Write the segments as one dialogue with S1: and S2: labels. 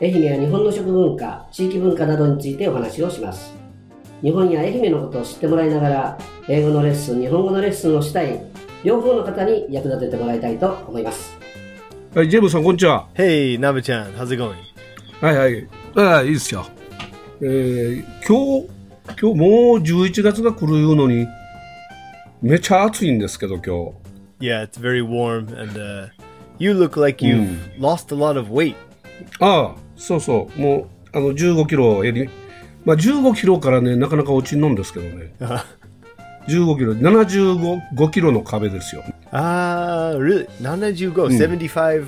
S1: 愛媛や日本の食文化地域文化などについてお話をします日本や愛媛のことを知ってもらいながら英語のレッスン日本語のレッスンをしたい両方の方に役立ててもらいたいと思います
S2: はい、ジェームさん、こんにちは。
S3: Hey, Naba-chan, how's it going?
S2: はいはい。ああ、いいですよ。えー、今日、今日もう11月が来るいうのに、めちゃ暑いんですけど、今
S3: Yeah, it's very warm, and uh, you look like you've lost a lot of weight.
S2: 日。ああ、そうそう。もう、あの、15キロ襟。まあ、15キロからね、なかなか落ちんのんですけどね。15キロ、75キロの壁ですよ。
S3: Ah, really? Nana you go? 75.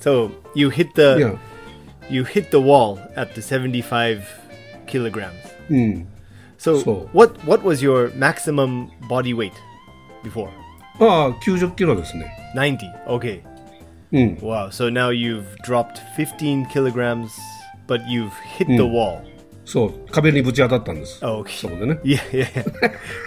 S3: So you hit the
S2: いや、
S3: you hit the wall at the 75 kilograms.
S2: うん。
S3: So,
S2: So-
S3: what what was your maximum body weight before?
S2: ああ、90キロですね。
S3: 90. Okay.
S2: うん。
S3: Wow. So now you've dropped 15 kilograms, but you've hit the wall.
S2: そう、壁にぶち当たったんです。
S3: Oh,
S2: そこでね。
S3: Yeah, yeah,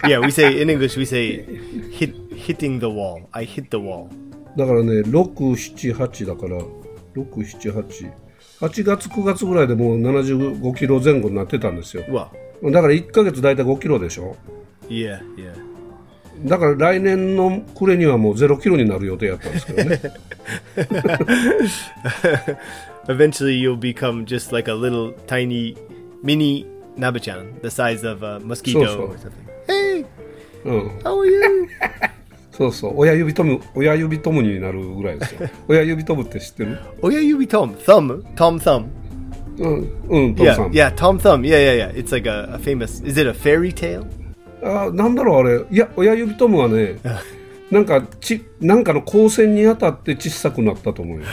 S3: yeah. We say in English, we say hit hitting the wall. I hit the wall.
S2: だからね、6、7、8だから、6、7、8。8月、9月ぐらいでもう75キロ前後になってたんですよ。
S3: Well,
S2: だから1ヶ月大体5キロでしょ。
S3: yeah, yeah.
S2: だから来年の暮れにはもう0キロになる予定やったんですけどね。
S3: Eventually, you'll become just like a little tiny mini Nabachan, the size of a mosquito
S2: So, so.
S3: or something. Hey,
S2: うん。
S3: how are you?
S2: そうそう。親指トム、親指トムになるぐらいですよ。親指トムって知ってる
S3: oh yeah, you be Tom Thumb, Tom Thumb.
S2: うん、うん、トム
S3: yeah,
S2: さん。
S3: yeah, Tom Thumb. Yeah, yeah, yeah. It's like a, a famous. Is it a fairy tale?
S2: あーなんだろうあれ。いや、親指トムはね、なんかち、なんかの光線に当たって小さくなったと思うよ。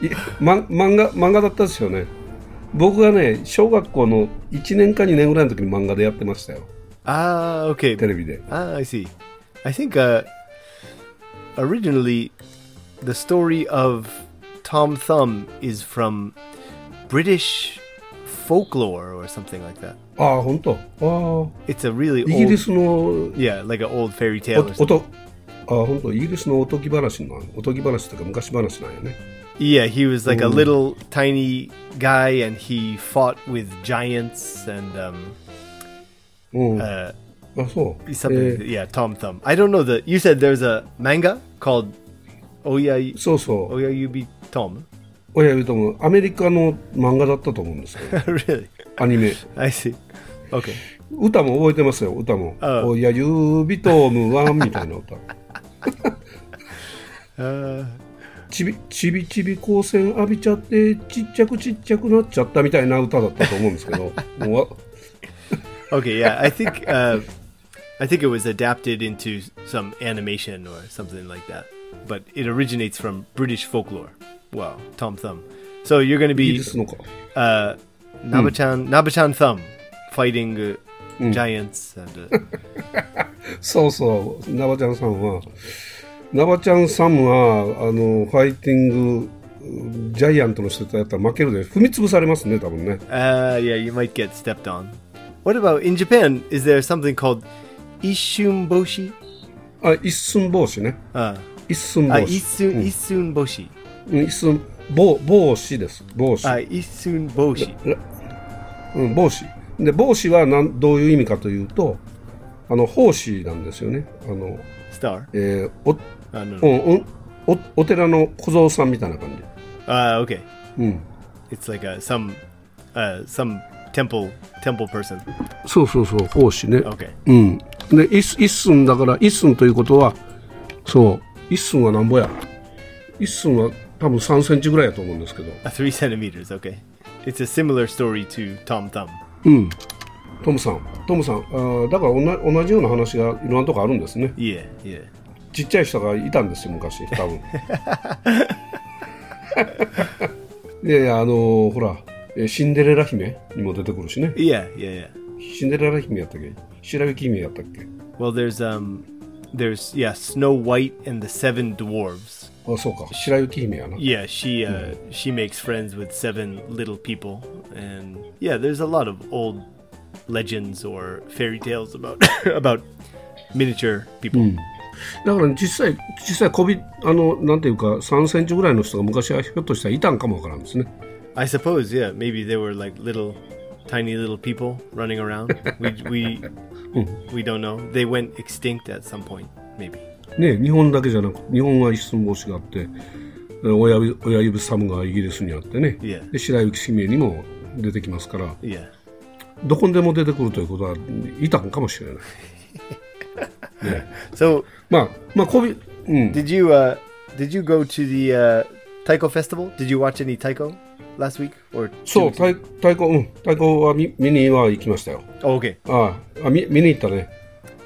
S2: いま、漫画、漫画だったですよね。僕がね、小学校の1年か2年ぐらいの時に漫画でやってましたよ。
S3: Ah, okay.
S2: テレビで。
S3: Ah, I see. I think uh, originally the story of Tom Thumb is from British folklore or something like that.
S2: ああ、ほんと。ああ、
S3: It's a really
S2: イギリ
S3: old,
S2: スの、
S3: yeah, like an old fairy
S2: お
S3: tale. Or
S2: お
S3: something.
S2: と、ああ、ほんと、イギリスのおとぎ話の、おとぎ話というか昔話なんやね。
S3: Yeah, he was like a little tiny guy, and he fought with giants and um,
S2: うん。
S3: uh,
S2: あ、そう。
S3: something.
S2: え
S3: yeah, Tom Thumb. I don't know the. You said there's a manga called Oya
S2: ーそうそう。
S3: Oyayubi Tom.
S2: 親指トム、アメリカの漫画だったと思うんですけど、
S3: really?
S2: アニメ。
S3: I see. Okay.
S2: 歌も覚えてますよ歌も
S3: あ
S2: 「
S3: あ
S2: 親指とムワン」みたいな歌
S3: Uh,
S2: ちびちびちび光線浴びちゃってちっちゃくちっちゃくなっちゃったみたいな歌だったと思うんですけどもうわ
S3: okay, yeah, I think uh, I think it was adapted into some animation or something like that, but it originates from British folklore. Wow, Tom Thumb. So you're going
S2: イギ
S3: to be
S2: リスのか
S3: uh, Nabachan Nabachan Thumb fighting uh, giants and uh,
S2: そうそうナバちゃんさんはナバちゃんさんはあのファイティングうんジャイアントの人とやったら負けるで踏み潰されますね多分ね
S3: uh, yeah, you might get stepped on. What about in Japan? Is there something called Ishunboshi?
S2: あ一寸帽子ね
S3: Uh,
S2: 一寸
S3: uh,
S2: 帽子
S3: Isun Isunboshi.
S2: うん一寸帽帽子です帽子
S3: Uh, Isunboshi.
S2: うん、帽子で帽子はなんどういう意味かというとあの奉仕なんですよねあの、
S3: Star.
S2: えーお
S3: Uh, no,
S2: う
S3: no.
S2: んうんおお寺の小僧さんみたいな感
S3: Uh,
S2: じ、
S3: okay.
S2: うん、
S3: It's like a some uh some temple temple person.
S2: そうそうそう奉仕ね、
S3: Okay.
S2: うん、で一一寸だから一寸ということはそう一寸はなんぼや一寸は多分3センチぐらいやと思うんですけど
S3: Uh, three centimeters, okay. It's a similar story to Tom Thumb.
S2: トムさんトムさんあーだからおな同じような話がいろんなとこあるんですね
S3: Yeah, yeah.
S2: ちっちゃい人がいたんですよ昔 多分いやいやあのほらえシンデレラ姫にも出てくるしね。
S3: Yeah, yeah, yeah.
S2: シンデレラ姫やったっけ白雪姫やったっけ
S3: Well, there's um, there's yeah, Snow White and the Seven Dwarves.
S2: あ、そうか。白雪姫やな。
S3: Yeah, she uh, she makes friends with seven little people, and yeah, there's a lot of old legends or fairy tales about about miniature people.
S2: だから実際、実際こび、あの、なんていうか、3センチぐらいの人が昔はひょっとしたらいたんかもわからんですね。
S3: I suppose, yeah, maybe they were like little, tiny little people running around. we we we don't know. They went extinct at some point, maybe.
S2: ね日本だけじゃなく、日本は一寸法師があって、え親指親指サムがイギリスにあってね、
S3: いや
S2: で白雪姫にも出てきますから、
S3: Yeah.
S2: どこにでも出てくるということは、いたんかもしれない。
S3: So
S2: まあ、まあ、こび、うん。
S3: Did you uh did you go to the uh Taiko festival? Did you watch any Taiko last week or two
S2: そう、
S3: weeks ago?
S2: 太太鼓、うん、太鼓は見見には行きましたよ。
S3: Oh, okay.
S2: ああ、あ見見に行ったね。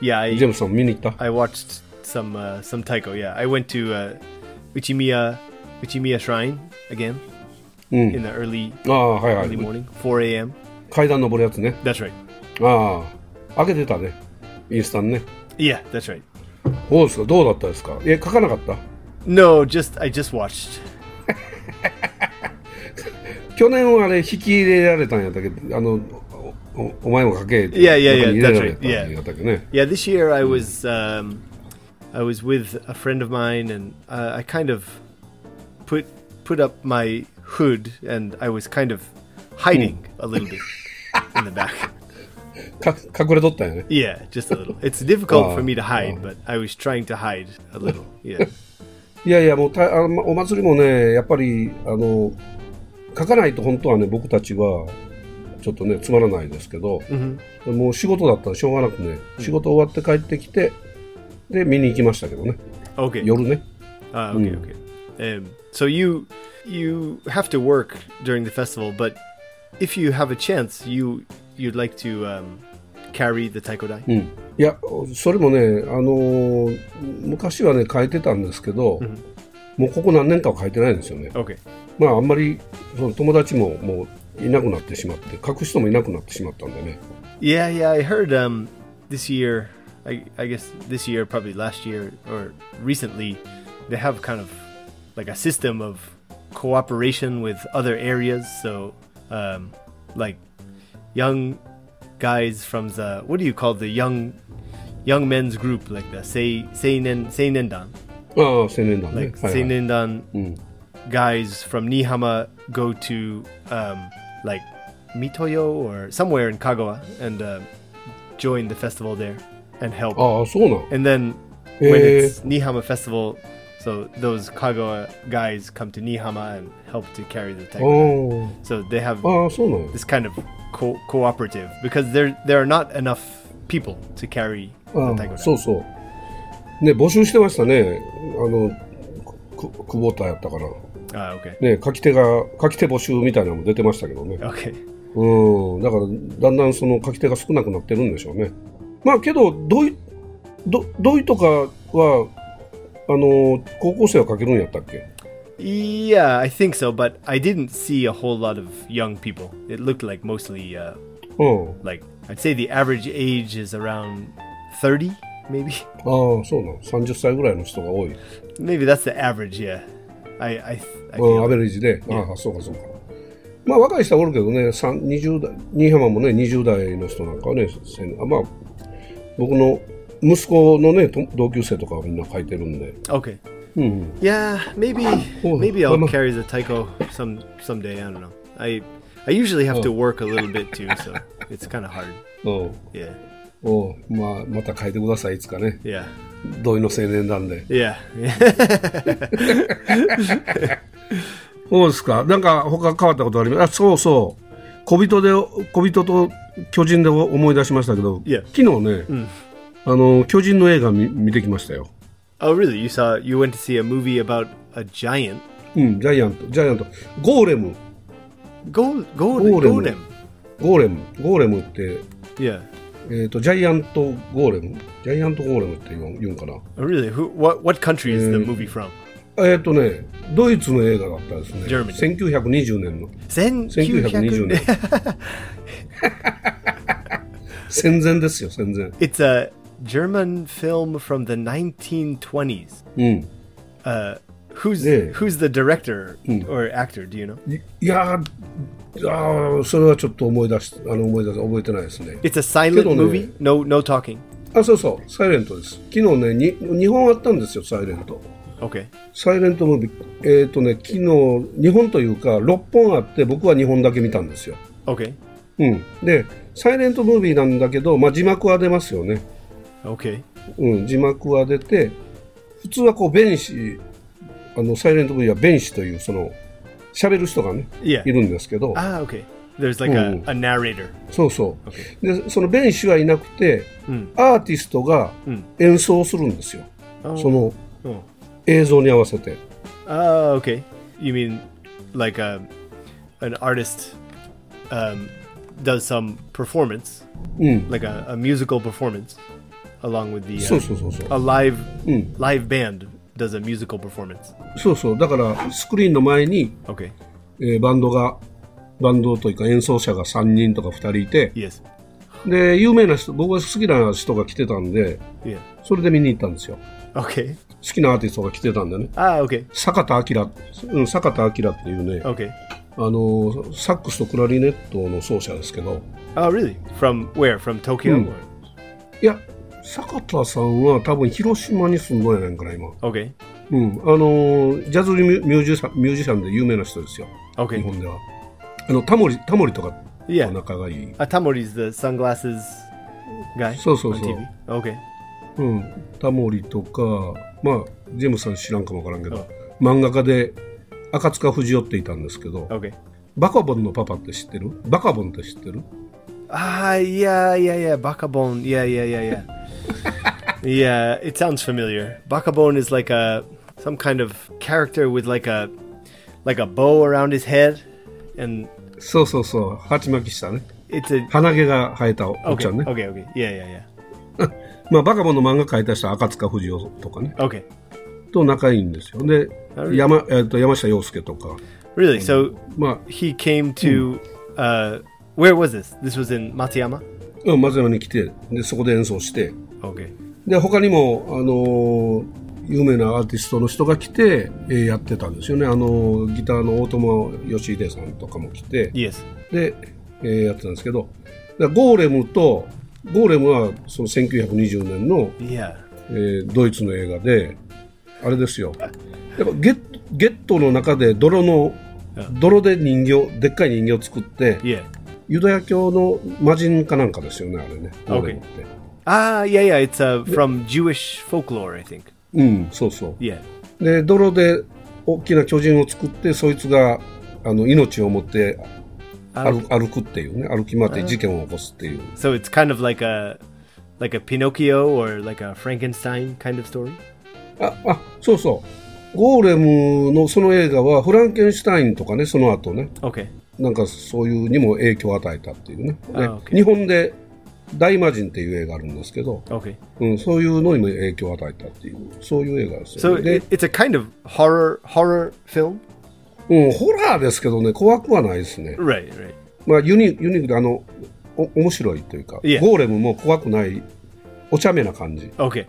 S3: Yeah,
S2: ジェー
S3: I
S2: ムスさん見に行った。
S3: I watched some uh some Taiko. Yeah. I went to uh Uchimiya Uchimiya Shrine again in the early
S2: ああ、はいは
S3: early
S2: い。
S3: morning, 4 a.m.
S2: 階段登るやつね。
S3: That's right.
S2: ああ、開けてたね。インスタンね。
S3: Yeah, that's right.
S2: どうですかどうだったですかえ、書かなかった
S3: No, just I just watched.
S2: 去年はあれ、引き入れられたんやったけど、あの、おおお前も書けって。
S3: いやいやいや
S2: 中に入れられた
S3: that's right.
S2: んやったっけどね。
S3: Yeah, this year I was um, I was with a friend of mine, and uh, I kind of put put up my hood, and I was kind of hiding
S2: Hmm.
S3: a little bit in the back.
S2: か隠れとったんやね。
S3: Yeah, just a little. It's difficult for
S2: Oh,
S3: me to
S2: oh.
S3: hide, but I was trying to hide a little. Yeah,
S2: いやいや、もうたあのお祭りもね、やっぱり、あの、書かないと本当はね、僕たちは、ちょっとね、つまらないですけど、もう仕事だったらしょうがなくね、仕事終わって帰ってきて、で、見に行きましたけどね、
S3: okay,
S2: 夜ね。
S3: uh, okay,
S2: hmm.
S3: okay. Um, so you you have to work during the festival, but if you have a chance, you you'd like to um, carry the taiko dai.
S2: うん、いやそれもね、あのー昔はね変えてたんですけど、もうここ何年かは変えてないんですよね、
S3: Okay.
S2: まあ、あんまりその友達ももういなくなってしまって書く人もいなくなってしまったんでね
S3: Yeah, yeah, I heard um this year I I guess this year probably last year or recently they have kind of like a system of cooperation with other areas so um like young guys from the what do you call the young young men's group like the sei seinen seinendan
S2: ああ青年団ね、
S3: like
S2: はいはい
S3: seinendan guys from Nihama go to um like Mitoyo or somewhere in Kagawa and uh, join the festival there and help.
S2: ああそうなん
S3: And then when
S2: Oh. Eh.
S3: it's Nihama festival, so those Kagawa guys come to Nihama and help to carry the
S2: Oh. あ
S3: taiko. So they have
S2: あああそうなんや
S3: this kind of co- cooperative because there there are not enough people to carry the
S2: あ
S3: taiko.
S2: あそうそうね募集してましたねあのくく久保田やったから
S3: Ah, okay.
S2: ね書き手が書き手募集みたいなのも出てましたけどね
S3: Okay.
S2: うん、だからだんだんその書き手が少なくなってるんでしょうね。まあけど、どい、ど、どいとかは、あの、高校生は書けるんやったっけ
S3: Yeah, I think so, but I didn't see a whole lot of young people. It looked like mostly, uh,
S2: うん。
S3: like, I'd say the average age is around 30, maybe.
S2: ああ、そうなの。30歳ぐらいの人が多い。
S3: Maybe that's the average, yeah. I, I, I
S2: うん、ア
S3: feel.
S2: ベレージで。ああ、そうかそうか。まあ若い人はおるけどね、三二十代、新居浜もね、20代の人なんかはね、せんあまあ、僕の息子のね、と同級生とかはみんな書いてるんで。
S3: Okay.
S2: うん。
S3: Yeah, maybe,
S2: Oh,
S3: maybe
S2: I'm
S3: I'll
S2: a-
S3: carry the taiko some someday. I don't know. I, I usually have to work a little bit too, so it's kind of hard.
S2: うん。
S3: Yeah,
S2: おうまあ、また書いてください、いつかね。
S3: yeah,
S2: 同意の青年団で。
S3: yeah.
S2: そうですか。なんか他変わったことありますあ、そうそう。小人で、小人と巨人で思い出しましたけど、
S3: いや
S2: 昨日ね、あの、巨人の映画見見てきましたよ。
S3: oh, really? You saw? You went to see a movie about a giant
S2: うん、ジャイアント、ジャイアント。ゴーレム、
S3: Go, go,
S2: Golem.
S3: golem.
S2: ゴーレム、ゴーレムって、
S3: Yeah.
S2: えっ、と、ジャイアントゴーレム、ジャイアントゴーレムって言うん言うんかな。Mm.
S3: Oh, really? Who? What? What country is the movie from?
S2: えっ、とね、ドイツの映画だったですね。
S3: Germany
S2: 1920年の。1920
S3: 1900
S2: 年。 戦前ですよ、戦前。
S3: It's a German film from the 1920s.
S2: うん。
S3: Uh, who's
S2: Mm. Yeah. Mm.
S3: who's the director or actor? Do you know?
S2: いいやー、あーそれはちょっと思い出し、あの思い出す覚えてないですね。
S3: It's a silent
S2: Good on
S3: movie.
S2: you.
S3: No, no talking.
S2: あ、そうそう、サイレントです。昨日ね、に2本あったんですよ、サイレント。
S3: Okay.
S2: サイレントムービー、えっ、とね、昨日、2本というか、6本あって、僕は2本だけ見たんですよ。
S3: Okay.
S2: うん。で、サイレントムービーなんだけど、まあ、字幕は出ますよね。
S3: Okay.
S2: うん、字幕は出て、普通はこう、弁士、あの、サイレントムービーは弁士という、その、喋る人がね、
S3: Yeah.
S2: いるんですけど、
S3: Ah, okay. There's like
S2: Mm.
S3: a, a narrator.
S2: そうそう。で、その弁士はいなくて、アーティストが
S3: ん
S2: 演奏するんですよ。その
S3: Oh.
S2: 映像に合わせて。
S3: Ah, okay. You mean like a, an artist um, does some performance,
S2: うん。
S3: like a, a musical performance, along with the
S2: そう
S3: uh,
S2: そうそうそう。
S3: a live
S2: Mm.
S3: live band does a musical performance.
S2: そうそう。だから、スクリーンの前に、
S3: Okay.
S2: えーバンドが、バンドというか演奏者が3人とか2人いて、
S3: Yes.
S2: で、有名な人、僕が好きな人が来てたんで、
S3: Yeah.
S2: それで見に行ったんですよ。
S3: Okay.
S2: 好きなアーティストが来てたんでね。
S3: Ah, okay.
S2: 坂田明、うん、坂田明っていうね、
S3: Okay.
S2: あのー、サックスとクラリネットの奏者ですけど、
S3: Oh, really? From where? From Tokyo?
S2: Mm.いや、坂田さんは多分広島に住んどんやないんかな、今。
S3: Okay.
S2: うん。あのー、ジャズミュミュージシャンミュージシャンで有名な人ですよ。日
S3: Okay.
S2: 本では。あの、タモリ、タモリとか、
S3: Yeah.
S2: 仲がいい。
S3: Atamori's the sunglasses guy
S2: So, so,
S3: on
S2: so.
S3: TV. Okay.
S2: うん、タモリとか、まあ、ジェームスさん知らんかもわからんけど、漫画家で赤塚不二夫っていたんですけど、
S3: Okay.
S2: バカボンのパパって知ってるバカボンって知ってる
S3: Ah, yeah, yeah, yeah. Bakabon. Yeah, yeah, yeah, yeah. yeah, it sounds familiar. Bakabon is like a some kind of character with like a like a bow around his head, and
S2: そうそうそう、鉢巻きしたね。
S3: it's a
S2: 鼻毛が生えたおっ
S3: okay,
S2: ちゃんね。
S3: okay, okay. Yeah, yeah, yeah.
S2: まあ、バカボンの漫画描いた人は赤塚不二夫とかね、
S3: Okay,
S2: と仲いいんですよ。で、
S3: る
S2: 山,、えっと山下洋介とか、
S3: really? So
S2: ま
S3: he came to uh, where was this? This was in Matsuyama.
S2: あ、うん、松山に来てで、そこで演奏して、
S3: Okay.
S2: で、他にも、あのー有名なアーティストの人が来て、えーやってたんですよね。あのーギターの大友義秀さんとかも来て、
S3: Yes.
S2: で、えーやってたんですけど、だゴーレムと、ゴーレムはその1920年の、
S3: Yeah.
S2: えードイツの映画で、あれですよ。やっぱゲッゲットの中で泥の、泥で人形、でっかい人形作って、
S3: Yeah.
S2: ユダヤ教の魔人かなんかですよね、あれね。ゴーレムって。
S3: Ah, yeah, yeah. It's uh, from Jewish folklore, I think.
S2: うん、そうそう。
S3: Yeah.
S2: で泥で大きな巨人を作ってそいつがあの命を持って歩歩くっていうね歩き回って事件を起こすっていう
S3: So it's kind of like a like a Pinocchio or like a Frankenstein kind of story.
S2: ああそうそうゴーレムのその映画はフランケンシュタインとかねその後ね
S3: Okay.
S2: なんかそういうにも影響を与えたっていうね
S3: あ
S2: ね
S3: OK
S2: 日本で大魔人っていう映画あるんですけど、
S3: Okay.
S2: うん、そういうのにも影響を与えたっていうそういう映画ですよ
S3: So
S2: ねで
S3: it, it's a kind of horror horror film.
S2: うん、ホラーですけどね怖くはないですね
S3: Right. Right.
S2: まあ、ユニユニークであのお面白いというか、
S3: いえ
S2: ゴーレムも怖くないお茶目な感じ
S3: Okay.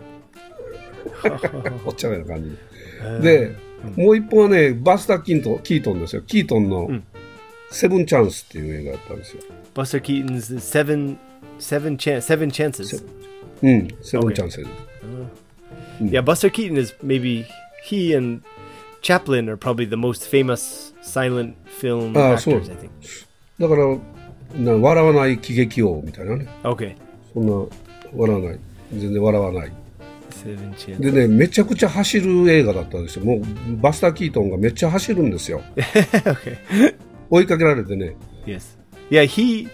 S2: お茶目な感じで、もう一本はねバスター・キントンキートンですよキートンの「セブン・チャンス」っていう映画だったんですよ
S3: Buster Keaton's seven seven chan seven chances.
S2: うんセブン・チャンス
S3: Yeah. Buster Keaton is maybe he and Chaplin are probably the most famous silent film
S2: Ah,
S3: actors.
S2: so-
S3: I think.
S2: だからな笑わない喜劇王みたいなね
S3: Okay.
S2: そんな笑わない全然笑わない
S3: Seven chances.
S2: でねめちゃくちゃ走る映画だったんですよもうバスター・キートンがめっちゃ走るんですよ
S3: okay.
S2: 追いかけられてね
S3: Yes. Yeah, he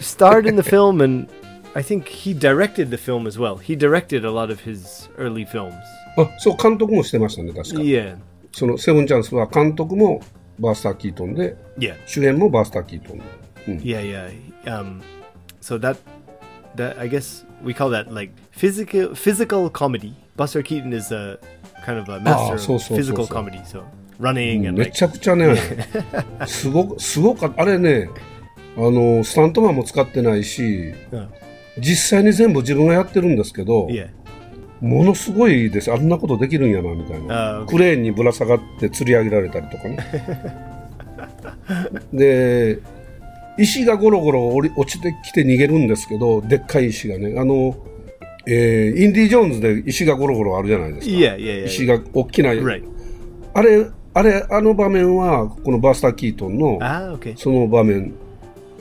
S3: starred in the film and I think he directed the film as well. He directed a lot of his early films.
S2: あそう監督もしてましたね確か
S3: Yeah.
S2: そのセブンチャンスは監督もバースター・キートンで
S3: Yeah.
S2: 主演もバースター・キートン
S3: Yeah, yeah. Um so that that I guess we call that like physical physical comedy. Buster Keaton is a kind of a master
S2: Ah, so,
S3: of
S2: so, so,
S3: physical
S2: so.
S3: comedy. So running and
S2: め
S3: like
S2: ちゃくちゃ ね、すごく、すごかった。あれね、あの、スタントマンも使ってないし、
S3: uh,
S2: 実際に全部自分がやってるんですけど、
S3: yeah.
S2: ものすごいです。あんなことできるんやな、みたい
S3: あー
S2: な。クレーンにぶら下がって釣り上げられたりとか ね。で、石がゴロゴロ降り落ちてきて逃げるんですけど、でっかい石がね。あの、えーインディ・ジョーンズで石がゴロゴロあるじゃないですか。
S3: Yeah, yeah, yeah.
S2: 石が大きな、
S3: Right.
S2: あれ、あれ、あの場面は、このバースター・キートンの、
S3: Ah, okay.
S2: その場面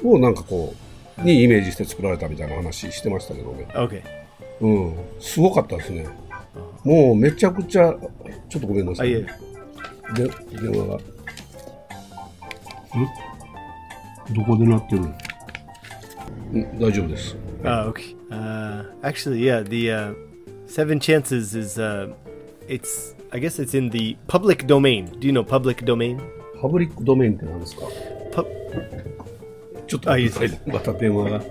S2: をなんかこう、にイメージして作られたみたいな話してましたけどね。
S3: Okay.
S2: うん、すごかったですね。もうめちゃくちゃ、ちょっとごめんなさ
S3: Oh,
S2: い、
S3: yeah.
S2: で、電話が。んどこで鳴ってるん大丈夫です。
S3: Oh, okay. Uh, actually, yeah, the uh, Seven Chances is uh, it's I guess it's in the public domain. Do you know public domain?
S2: パブリックドメインって何ですか
S3: Pub-
S2: ちょっと
S3: あい
S2: 待
S3: い
S2: っ
S3: で
S2: て
S3: す
S2: ください、また電話が。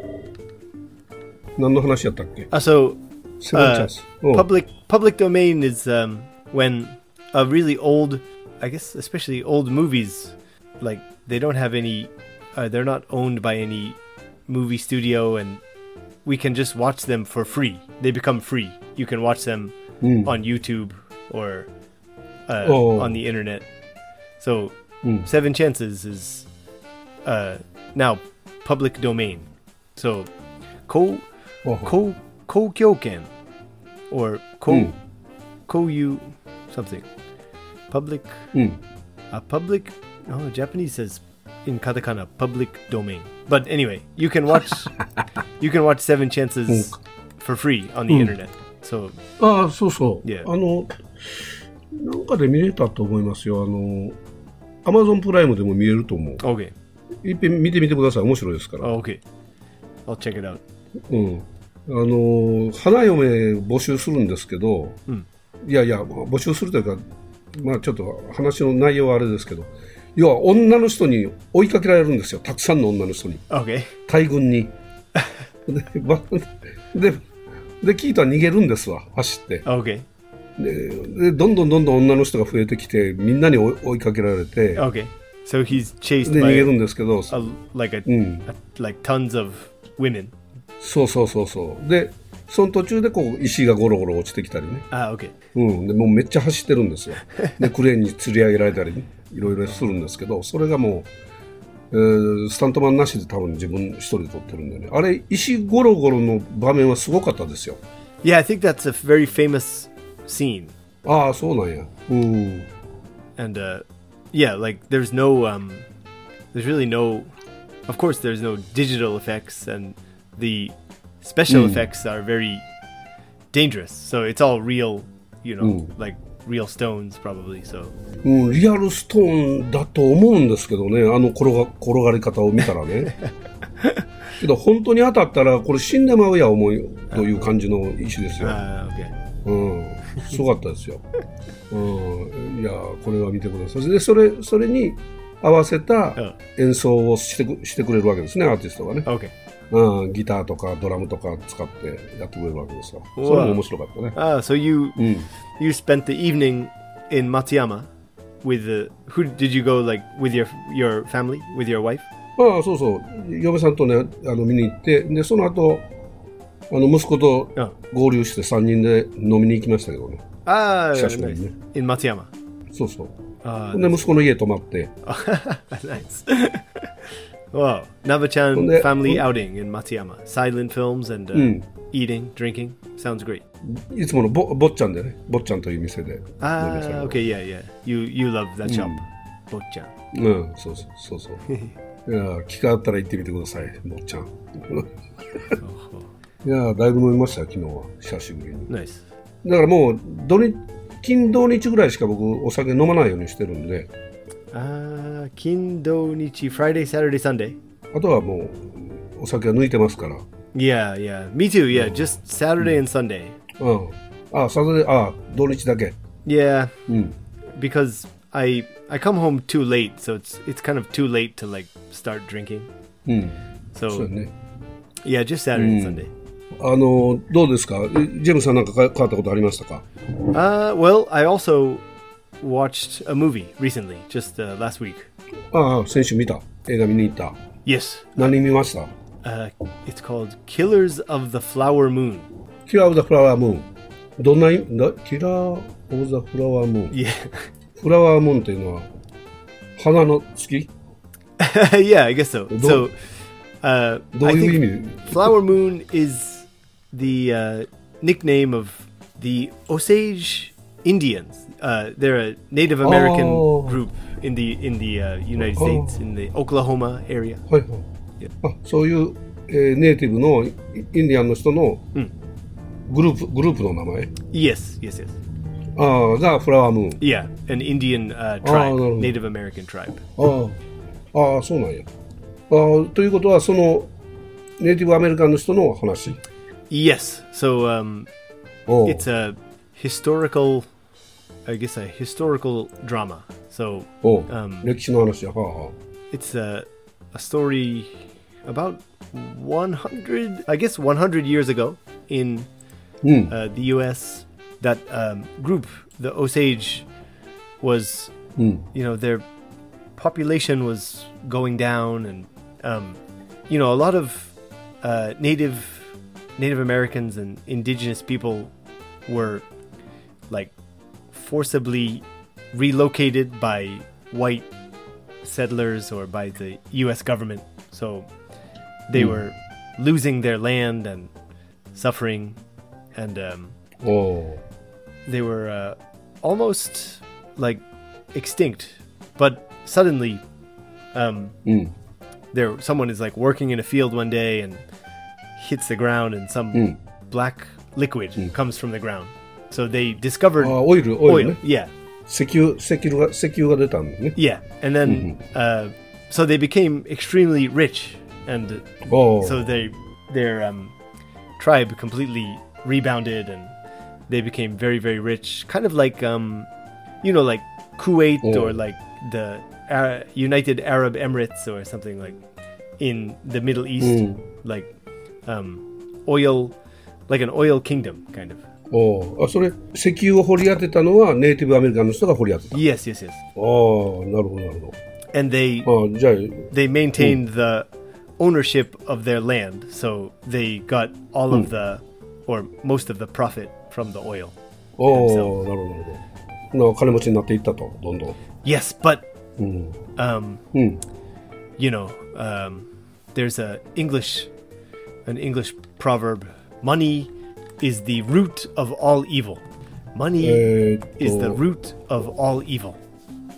S2: 何の話やったっけ
S3: uh, so
S2: セブンチャ
S3: uh,
S2: ンス。うん
S3: public public domain is um, when a really old, I guess especially old movies, like they don't have any, uh, they're not owned by any movie studio, and we can just watch them for free. They become free. You can watch them on YouTube or uh,
S2: Oh.
S3: on the internet. So
S2: Mm.
S3: Seven Chances is uh, now public domain. So ko
S2: ほうほう
S3: ko kokyoken or ko
S2: Mm.
S3: koyu something public
S2: うん。
S3: a public no Japanese says in katakana public domain. But anyway, you can watch you can watch Seven Chances for free on the internet. So
S2: ああ、そうそう。
S3: Yeah.
S2: あの、なんかで見れたと思いますよ。あの、アマゾンプライムでも見れると思う。
S3: okay,
S2: いっぺん見てみてください。面白いですから。
S3: oh, okay, I'll check it out.
S2: うん。あのー、花嫁募集するんですけど、
S3: ん
S2: いやいや、募集するというか、まあちょっと話の内容はあれですけど、要は女の人に追いかけられるんですよ。たくさんの女の人に。
S3: Okay,
S2: 大群に。で、ばで、で、キータは逃げるんですわ。走って。
S3: okay,
S2: でどんどんどんどん女の人が増えてきてみんなに追い追いかけられて
S3: okay. So he's chased
S2: で逃げる
S3: by
S2: んですけど
S3: a, like a,
S2: Mm.
S3: a like tons of women.
S2: そうそうそうそうでその途中でこう石がゴロゴロ落ちてきたりね、
S3: Ah, okay.
S2: うん、でもうめっちゃ走ってるんですよでクレーンに釣り上げられたりねいろいろするんですけどそれがもう、えースタントマンなしで多分自分一人で撮ってるんだよねあれ石ゴロゴロの場面はすごかったですよ
S3: Yeah, I think that's a very famous scene.
S2: ああそうなんやうん、
S3: and uh, yeah, like there's no, um, there's really no, of course, there's no digital effects, and the special effects are very dangerous. So it's all real, you know, like real stones probably. So
S2: うん、リアルストーンだと思うんですけどねあの転が転がり方を見たらねけど本当に当たったらこれ死んでまうや思いという感じの石ですよ、
S3: uh, okay,
S2: うん、すごかったですよ、うん、いやこれは見てくださいでそれそれに合わせた
S3: ん
S2: 演奏をしてくしてくれるわけですねアーティストがね、
S3: okay,
S2: うん、ギターとかドラムとか使ってやってくれるわけですよ
S3: うわ
S2: それも面白かったね
S3: ah, so you
S2: うん
S3: you spent the evening in Matsuyama with the who did you go like with your your family with your wife?
S2: ああそうそう嫁さんとねあの見に行ってでその後あの息子
S3: うん
S2: と合流して3人で飲みに行きましたけどね
S3: Ah,
S2: 久しぶり
S3: nice.
S2: にね
S3: in Matsuyama.
S2: そうそう
S3: Ah,
S2: ほんで息子の家泊まって、
S3: nice. Wow. Nabachan
S2: Well, that-
S3: family
S2: well- Mm.
S3: outing in Matsuyama. Silent films and uh, eating, drinking. Sounds great.
S2: いつものぼ坊っちゃんでね坊っちゃんという店で飲みま
S3: Ah,
S2: したけど
S3: okay, yeah, yeah. You you love
S2: Mm.
S3: that shop. Bochan.
S2: うんそうそうそうそういやー機会あったら行ってみてください坊っちゃんいやーだいぶ飲みましたよ昨日は久しぶりに
S3: Nice.
S2: だからもう土日金土日ぐらいしか僕お酒飲まないようにしてるんで
S3: Ah, Kindo Nichi Friday, Saturday, Sunday.
S2: あとはもうお酒は抜いてますから
S3: Yeah, yeah. Me too, yeah.
S2: Oh.
S3: Just Saturday
S2: Mm.
S3: and Sunday.
S2: うん。あ、サザで、あ、土日だけ。
S3: Yeah.
S2: うん。
S3: Because I I come home too late, so it's it's kind of too late to like start drinking.
S2: うん。そう
S3: So
S2: だね。
S3: yeah, just Saturday and Sunday.
S2: あのどうですかジェームスさんなんか変わったことありましたか
S3: Uh, well, I also watched a movie recently, just uh, last week.
S2: ああ先週見た映画見に行った
S3: Yes,
S2: 何見ました
S3: uh, it's called Killers of the Flower Moon.
S2: キラー・オブ・ザ・フラワームーンどんな意味なキラー・オブ・ザ・フラワームーン
S3: Yeah,
S2: フラワームーンっていうのは花の月
S3: yeah, I guess so. So, uh,
S2: どう
S3: I
S2: いう
S3: think
S2: 意味
S3: Flower Moon is the uh, nickname of the Osage Indians. Uh, they're a Native American
S2: Oh.
S3: group in the in the uh, United
S2: Oh.
S3: States in the Oklahoma area.
S2: はいはいあそういう、えーネイティブのイインディアンの人のグループグループの名前
S3: Yes, yes, yes.
S2: ああがフラワームーン
S3: Yeah, an Indian uh, tribe,
S2: Oh, no, no.
S3: Native American tribe.
S2: ああああそうなんやああということはそのネイティブアメリカンの人の話
S3: Yes. So um,
S2: おう
S3: it's a historical, I guess, a historical drama. So
S2: おう
S3: um,
S2: 歴史の話やはあは
S3: it's a, a story about 100, I guess, 100 years ago in uh, the U.S. That um, group, the Osage, was, you know, their population was going down, and um, you know, a lot of uh, native Native Americans and indigenous people were like forcibly relocated by white settlers or by the U.S. government. So they were losing their land and suffering, and um,
S2: あおう
S3: they were uh, almost like extinct. But suddenly, um, there someone is like working in a field one day and hits the ground, and some black liquid comes from the ground. So they discovered
S2: ああオイルオイルね
S3: Yeah,
S2: 石油石油が石油が出たんだよね
S3: yeah, and then uh, so they became extremely rich and
S2: おう
S3: so they their um, tribe completely rebounded and they became very very rich kind of like um, you know like kuwait
S2: Oh.
S3: or like the Ara- united arab emirates or something like in the middle east like um, oil like an oil kingdom kind of
S2: おうあそれ石油を掘り当てたのはネイティブアメリカンの人が掘り当てたあ
S3: yes yes yes
S2: あなるほどなるほ
S3: and they
S2: どああじゃあ
S3: they maintained the ownership of their land so they got all of the or most of the profit from the oil
S2: おおなるほどなるほどな金持ちになっていったとどんどん
S3: Yes, but
S2: うん
S3: um,
S2: うん
S3: you know, um, there's a English, an English proverb: "Money is the root of all evil." Money
S2: えーっと
S3: is the root of all evil.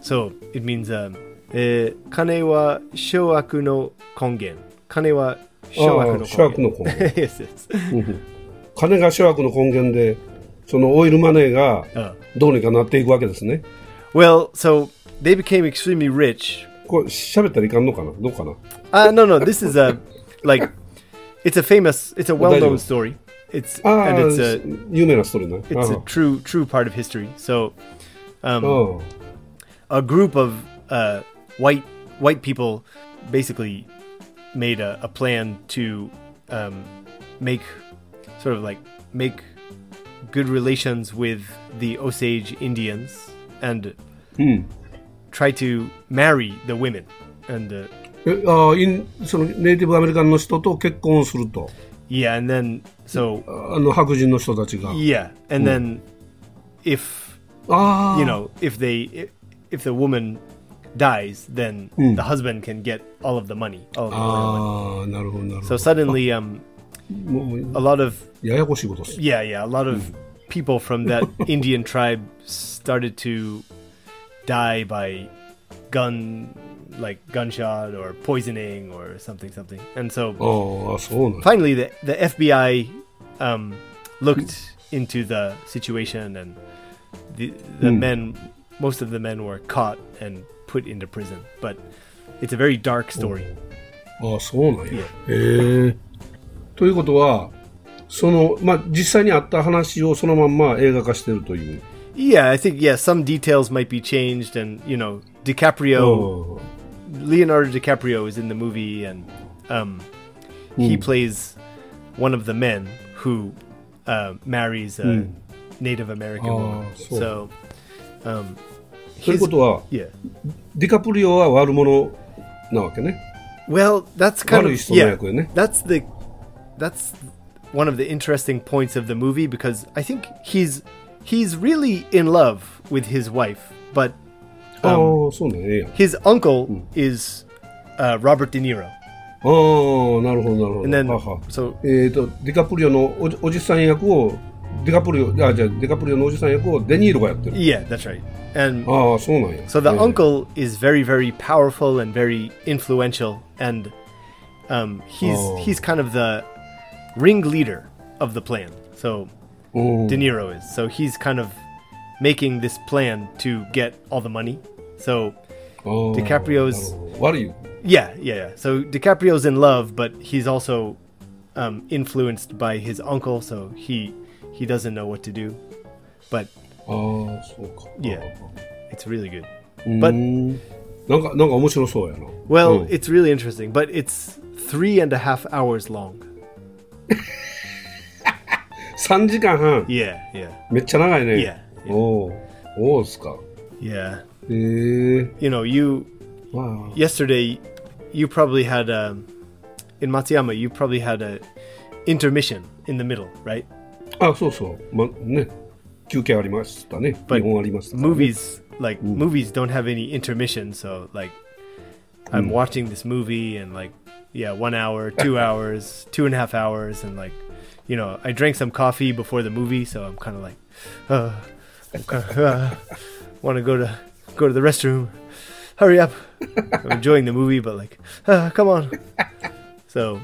S3: So it means um, eh, "Kane wa shouaku no kongen." Kane wa Ah, shouaku
S2: あ
S3: no
S2: あ、諸悪の
S3: kongen.
S2: 根源
S3: yes, yes.
S2: 金が諸悪の根源でそのオイルマネーが
S3: あ
S2: どうにかなっていくわけですね
S3: Well, so they became extremely rich.
S2: これ喋ったらいかんのかなどうかな
S3: Uh, no, no, this is a like, it's a famous, it's a well-known
S2: Daniel.
S3: story. It's
S2: ああ
S3: and it's a
S2: 有名なストーリーね
S3: it's
S2: あ
S3: a true true part of history. So,
S2: あうん
S3: um, a group of uh, white white people basically made a, a plan to um, make sort of like make good relations with the Osage Indians and try to marry the women. And uh,
S2: えああインそのネイティブアメリカンの人と結婚すると
S3: yeah, and then so
S2: あの白人の人たちが
S3: yeah, and then if
S2: ああ
S3: you know if they if the woman dies then the husband can get all of the money all of the
S2: あ
S3: oil money.
S2: あなるほどなるほ
S3: so
S2: ど
S3: suddenly um
S2: もう
S3: a lot of
S2: ややこしいことです
S3: yeah yeah a lot of people from that indian tribe started to die by gun like gunshot or poisoning or something something and
S2: Oh.
S3: so
S2: ああそうなんだ
S3: finally the, the fbi um, looked into the situation and the, the men most of the men were caught and put into prison but it's a very dark story
S2: ああそうなんやへえということはそのまあ実際にあった話をそのまんま映画化してるという
S3: yeah i think yeah some details might be changed and you know dicaprio
S2: うん
S3: leonardo dicaprio is in the movie and um, he plays one of the men who uh, marries a Native American
S2: Ah,
S3: woman.
S2: so.
S3: So, um,
S2: という
S3: his,
S2: ことは
S3: yeah.
S2: ディカプリオは悪者なわけね
S3: Well, that's kind
S2: Values to
S3: of yeah.
S2: like with, eh?
S3: That's the that's one of the interesting points of the movie because I think he's he's really in love with his wife, but
S2: ああそうなんやええやん
S3: his
S2: Hmm.
S3: uncle is uh, Robert De Niro.
S2: ああなるほどなるほど
S3: And then-
S2: はは
S3: so-
S2: えっ、とディカプリオのおじおじさん役をディカプリオあじゃあディカプリオのおじさん役をデニーロがやってる
S3: Yeah, that's right. And
S2: ああそうなんや
S3: so the
S2: ええ
S3: uncle is very very powerful and very influential, and um, he's
S2: Oh.
S3: he's kind of the ringleader of the plan. So
S2: うん
S3: De Niro is. So he's kind of making this plan to get all the money. So
S2: あー
S3: DiCaprio's-
S2: なるほど悪いよ
S3: yeah, yeah, yeah. So DiCaprio's in love, but he's also um, influenced by his uncle, so he he doesn't know what to do. But
S2: ああそうか
S3: yeah, it's really good.
S2: う
S3: But
S2: んなんかなんか面白そうやな
S3: well,
S2: うん
S3: it's really interesting. But it's three and a half hours long.
S2: 3時間半
S3: Yeah, yeah,
S2: めっちゃ長いね
S3: Yeah, yeah.
S2: おうおうっすか
S3: yeah.
S2: へえ
S3: You know, you
S2: まあ
S3: yesterday you probably had um, in Matsuyama you probably had a intermission in the middle, right?
S2: あそうそうまね休憩ありましたね日
S3: But
S2: 本ありましたからね
S3: movies like movies don't have any intermission so like i'm watching this movie and like yeah one hour two hours two and a half hours and like you know i drank some coffee before the movie so i'm kind of like uh, I'm kinda, uh want to go to go to the restroom hurry up i'm enjoying the movie but like uh, come on so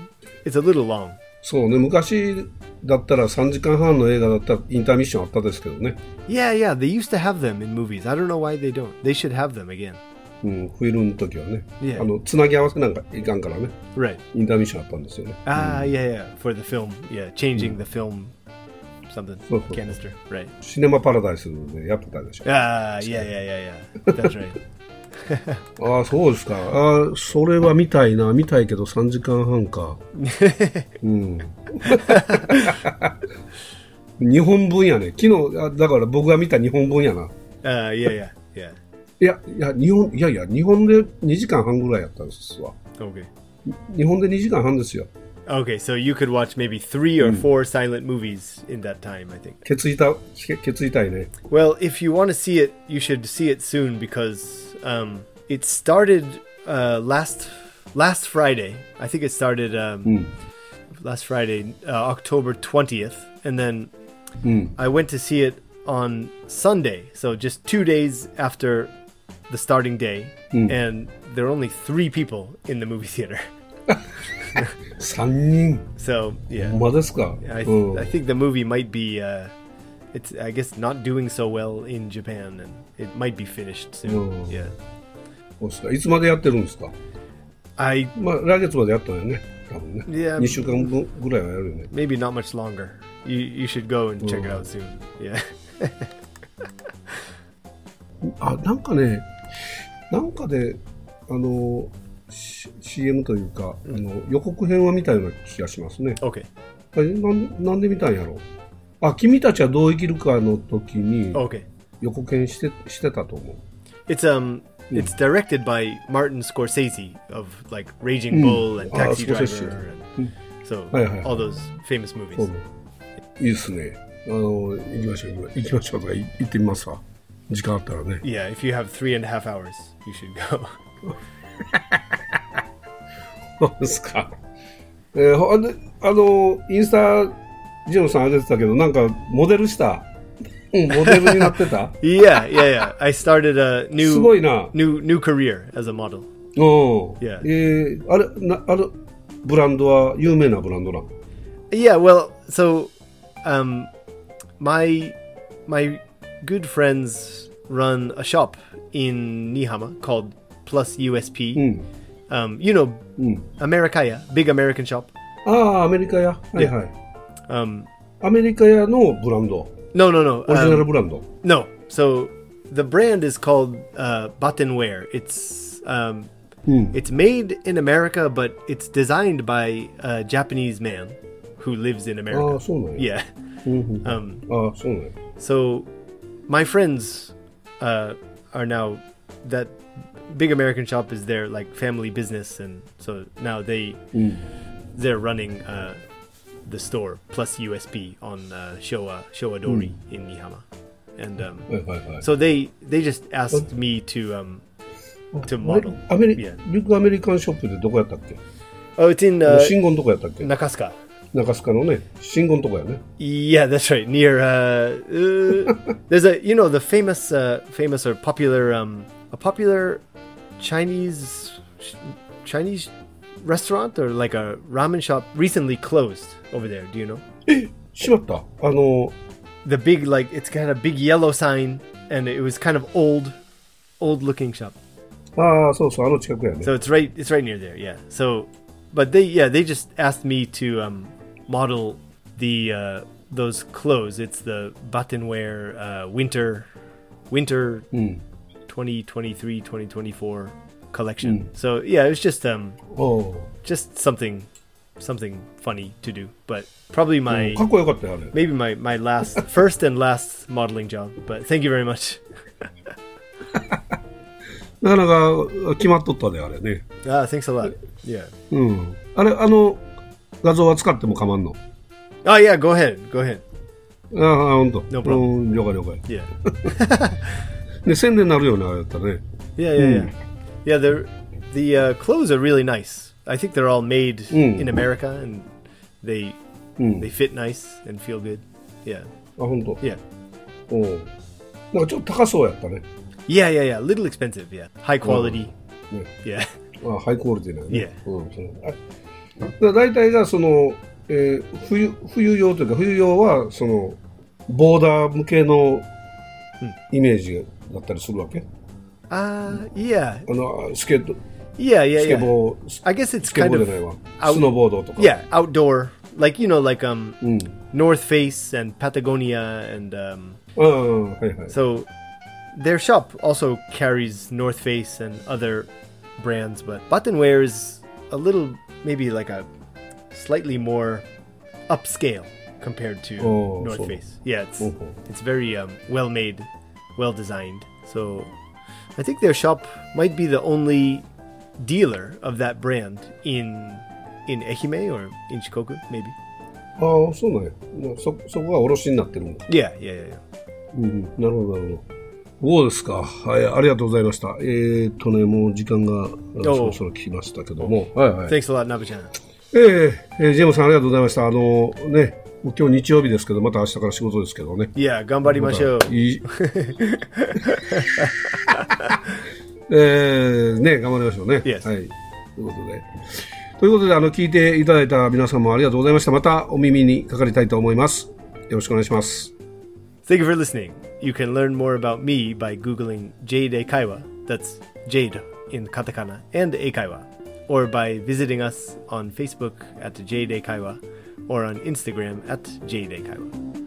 S3: it's a little long
S2: そうね昔だったら3時間半の映画だったらインターミッションあったですけどね、
S3: yeah yeah they used to have them in movies i don't know why they don't they should have them again
S2: うん、フィルムの時はね、
S3: いや
S2: あのつなぎ合わせなんかいかんからね
S3: right
S2: インターミッションあったんですよね
S3: Ah, yeah, yeah, for the film, yeah, changing the film, something
S2: Oh, oh.
S3: canister, right?
S2: シネマパラダイスでやってたでしょ
S3: Ah, yeah, yeah, yeah, yeah. That's right.
S2: ああそうですかああそれは見たいな見たいけど3時間半かうん日本分やね昨日あだから僕が見た日本分やな
S3: Uh, yeah, yeah, yeah.
S2: いやいや日本いやいや日本で2時間半ぐらいやったんですわ
S3: Okay.
S2: 日本で2時間半ですよ
S3: Okay, so you could watch maybe three or four silent movies in that time, I think.
S2: ケツ痛ケケツ痛いね
S3: Well, if you want to see it, you should see it soon because um, it started uh, last last Friday. I think it started um, last Friday, uh, October twentieth, and then I went to see it on Sunday, so just two days after the starting day, and there were only three people in the movie theater.
S2: 3人
S3: So yeah,
S2: ほんまですか、
S3: I,
S2: うん
S3: I think the movie might be uh, it's I guess not doing so well in Japan, and it might be finished soon.
S2: Oh.
S3: Yeah,
S2: そうっすかいつまでやってるんですか
S3: I
S2: まあ来月までやったんよね多分ね、
S3: いや
S2: 2週間分ぐらいはやるよね
S3: maybe not much longer. You you should go and check it out soon. Yeah.
S2: あなんかねなんかであのし CM というか、あの予告編は見たような気がしますね
S3: Okay.
S2: あれなんなんで見たんやろあ君たちはどう生きるかの時に
S3: Okay.
S2: 予告編してしてたと思う
S3: It's um it's directed by Martin Scorsese of like Raging Bull and
S2: Ah,
S3: Taxi
S2: Scorsese.
S3: Driver and so
S2: Yeah, yeah, yeah.
S3: all those famous movies.
S2: そうねいいですねあの行きましょう行きましょうとかい行ってみますわ時間あったらね
S3: Yeah, if you have three and a half hours, you should go.
S2: そうですか。 えー、ほんであの、インスタ、ジオンさん上げてたけど、なんか、モデルした。うんモデルになってた。
S3: yeah, yeah, yeah. I started a
S2: す
S3: new
S2: ご いな。うん。
S3: new new career as a model. や
S2: えーあれ、な、あるブランドは有名なブランドなの。
S3: Yeah, well, so um my my good friends run a shop in Nihama called Plus USP. Um, you know, Americaya, big American shop.
S2: ああ、アメリカや。はいはい。
S3: Um,
S2: アメリカやのブランド。
S3: no, no, no.
S2: オリジナ
S3: um,
S2: ルブランド。
S3: No. So the brand is called uh, Buttonware. It's um, it's made in America, but it's designed by a Japanese man. who lives in
S2: あ
S3: America.
S2: あ、そうなんや。
S3: Yeah.
S2: うんうん
S3: Um,
S2: ああ、そうなんや。
S3: so my friends uh, are now that big American shop is their like family business, and so now they they're running uh, the store plus USB on uh, Showa Showa Dori in Nihama, and um,
S2: はいはいはい。
S3: so they they just asked me to um, to
S2: あれ
S3: model.
S2: アメリビ
S3: Yeah.
S2: ッグアメリカンショップでどこやったっけ
S3: Oh, it's in uh,
S2: 信号のとこやったっけ
S3: Nakasuka.
S2: 中須賀のね、信号のとこやね。
S3: Yeah, that's right. Near uh, uh there's a you know the famous uh famous or popular um a popular Chinese Chinese restaurant or like a ramen shop recently closed over there, do you know?
S2: しまった。あの、
S3: The big like it's got a big yellow sign and it was kind of old old looking shop.
S2: ああ、そうそう、あの近くやね。
S3: So it's right it's right near there, yeah. So but they yeah, they just asked me to um model the uh those clothes. It's the buttonware uh winter winter 2023 2024 collection. So yeah, it was just um
S2: おう
S3: just something something funny to do, but probably my
S2: かっこよかったよ、あれ。
S3: maybe my my last first and last modeling job. But thank you very much.
S2: なかなか決まっとったで、あれね。
S3: Ah, thanks a lot. Yeah.
S2: うん。あれ、あの、画像は使っても構わんの。
S3: Oh yeah, go ahead. Go ahead.
S2: ああ、ほんと。
S3: No problem.
S2: うん、了解了解。
S3: Yeah.
S2: で、宣伝になるようなあれやったね。
S3: Yeah, yeah, yeah. Yeah, they're, the uh, clothes are really nice. I think they're all made in America, and they they fit nice and feel good. Yeah,
S2: あ、ほんと。
S3: yeah,
S2: おうなんかちょっと高そうやったね。
S3: yeah, yeah, yeah. Little expensive, yeah. High quality.
S2: Yeah.
S3: Yeah,
S2: あハイクオリティなのね。
S3: Yeah.
S2: うん、そうあだ大体がその、えー冬冬用というか冬用はそのボーダー向けのイメージだったりするわけ、
S3: uh, yeah,
S2: あのスケート
S3: yeah, yeah,
S2: スケ
S3: yeah.
S2: ボー、ス
S3: I guess it's
S2: スケ
S3: kind
S2: ボーじゃない
S3: of
S2: わ
S3: あ
S2: スノーボードとか
S3: yeah outdoor, like you know, like um
S2: うん
S3: North Face and Patagonia, and um,
S2: ああはいはい
S3: so their shop also carries North Face and other brands, but buttonware is a little maybe like a slightly more upscale compared to
S2: Oh,
S3: North
S2: so-
S3: Face. Yeah, it's
S2: Okay.
S3: it's very um, well made, well designed. So I think their shop might be the only dealer of that brand in in Ehime or in Shikoku, maybe.
S2: ああそうなんやなそそこが卸になってるんだ
S3: Yeah, yeah, yeah. yeah.
S2: うんうんなるほどなるほどそうですか、はい、ありがとうございましたえーっとねもう時間があのそろそろ来ましたけども、はいはい
S3: Thanks a lot, Nabu-chan.
S2: ええええジェームさんありがとうございました。あのね、もう今日日曜日ですけど、また明日から仕事ですけどね。
S3: Yeah, ganbari
S2: い いええね、頑張りましょうね。
S3: Yes.
S2: はい。ということで。ということで、あの、聞いていただいた皆さんもありがとうございました。またお耳にかかりたいと思います。よろしくお願いします。
S3: Thank you for listening. You can learn more about me by Googling Jade Eikaiwa, that's Jade in katakana, and Eikaiwa, or by visiting us on Facebook at Jade Eikaiwa or on Instagram at Jade Eikaiwa.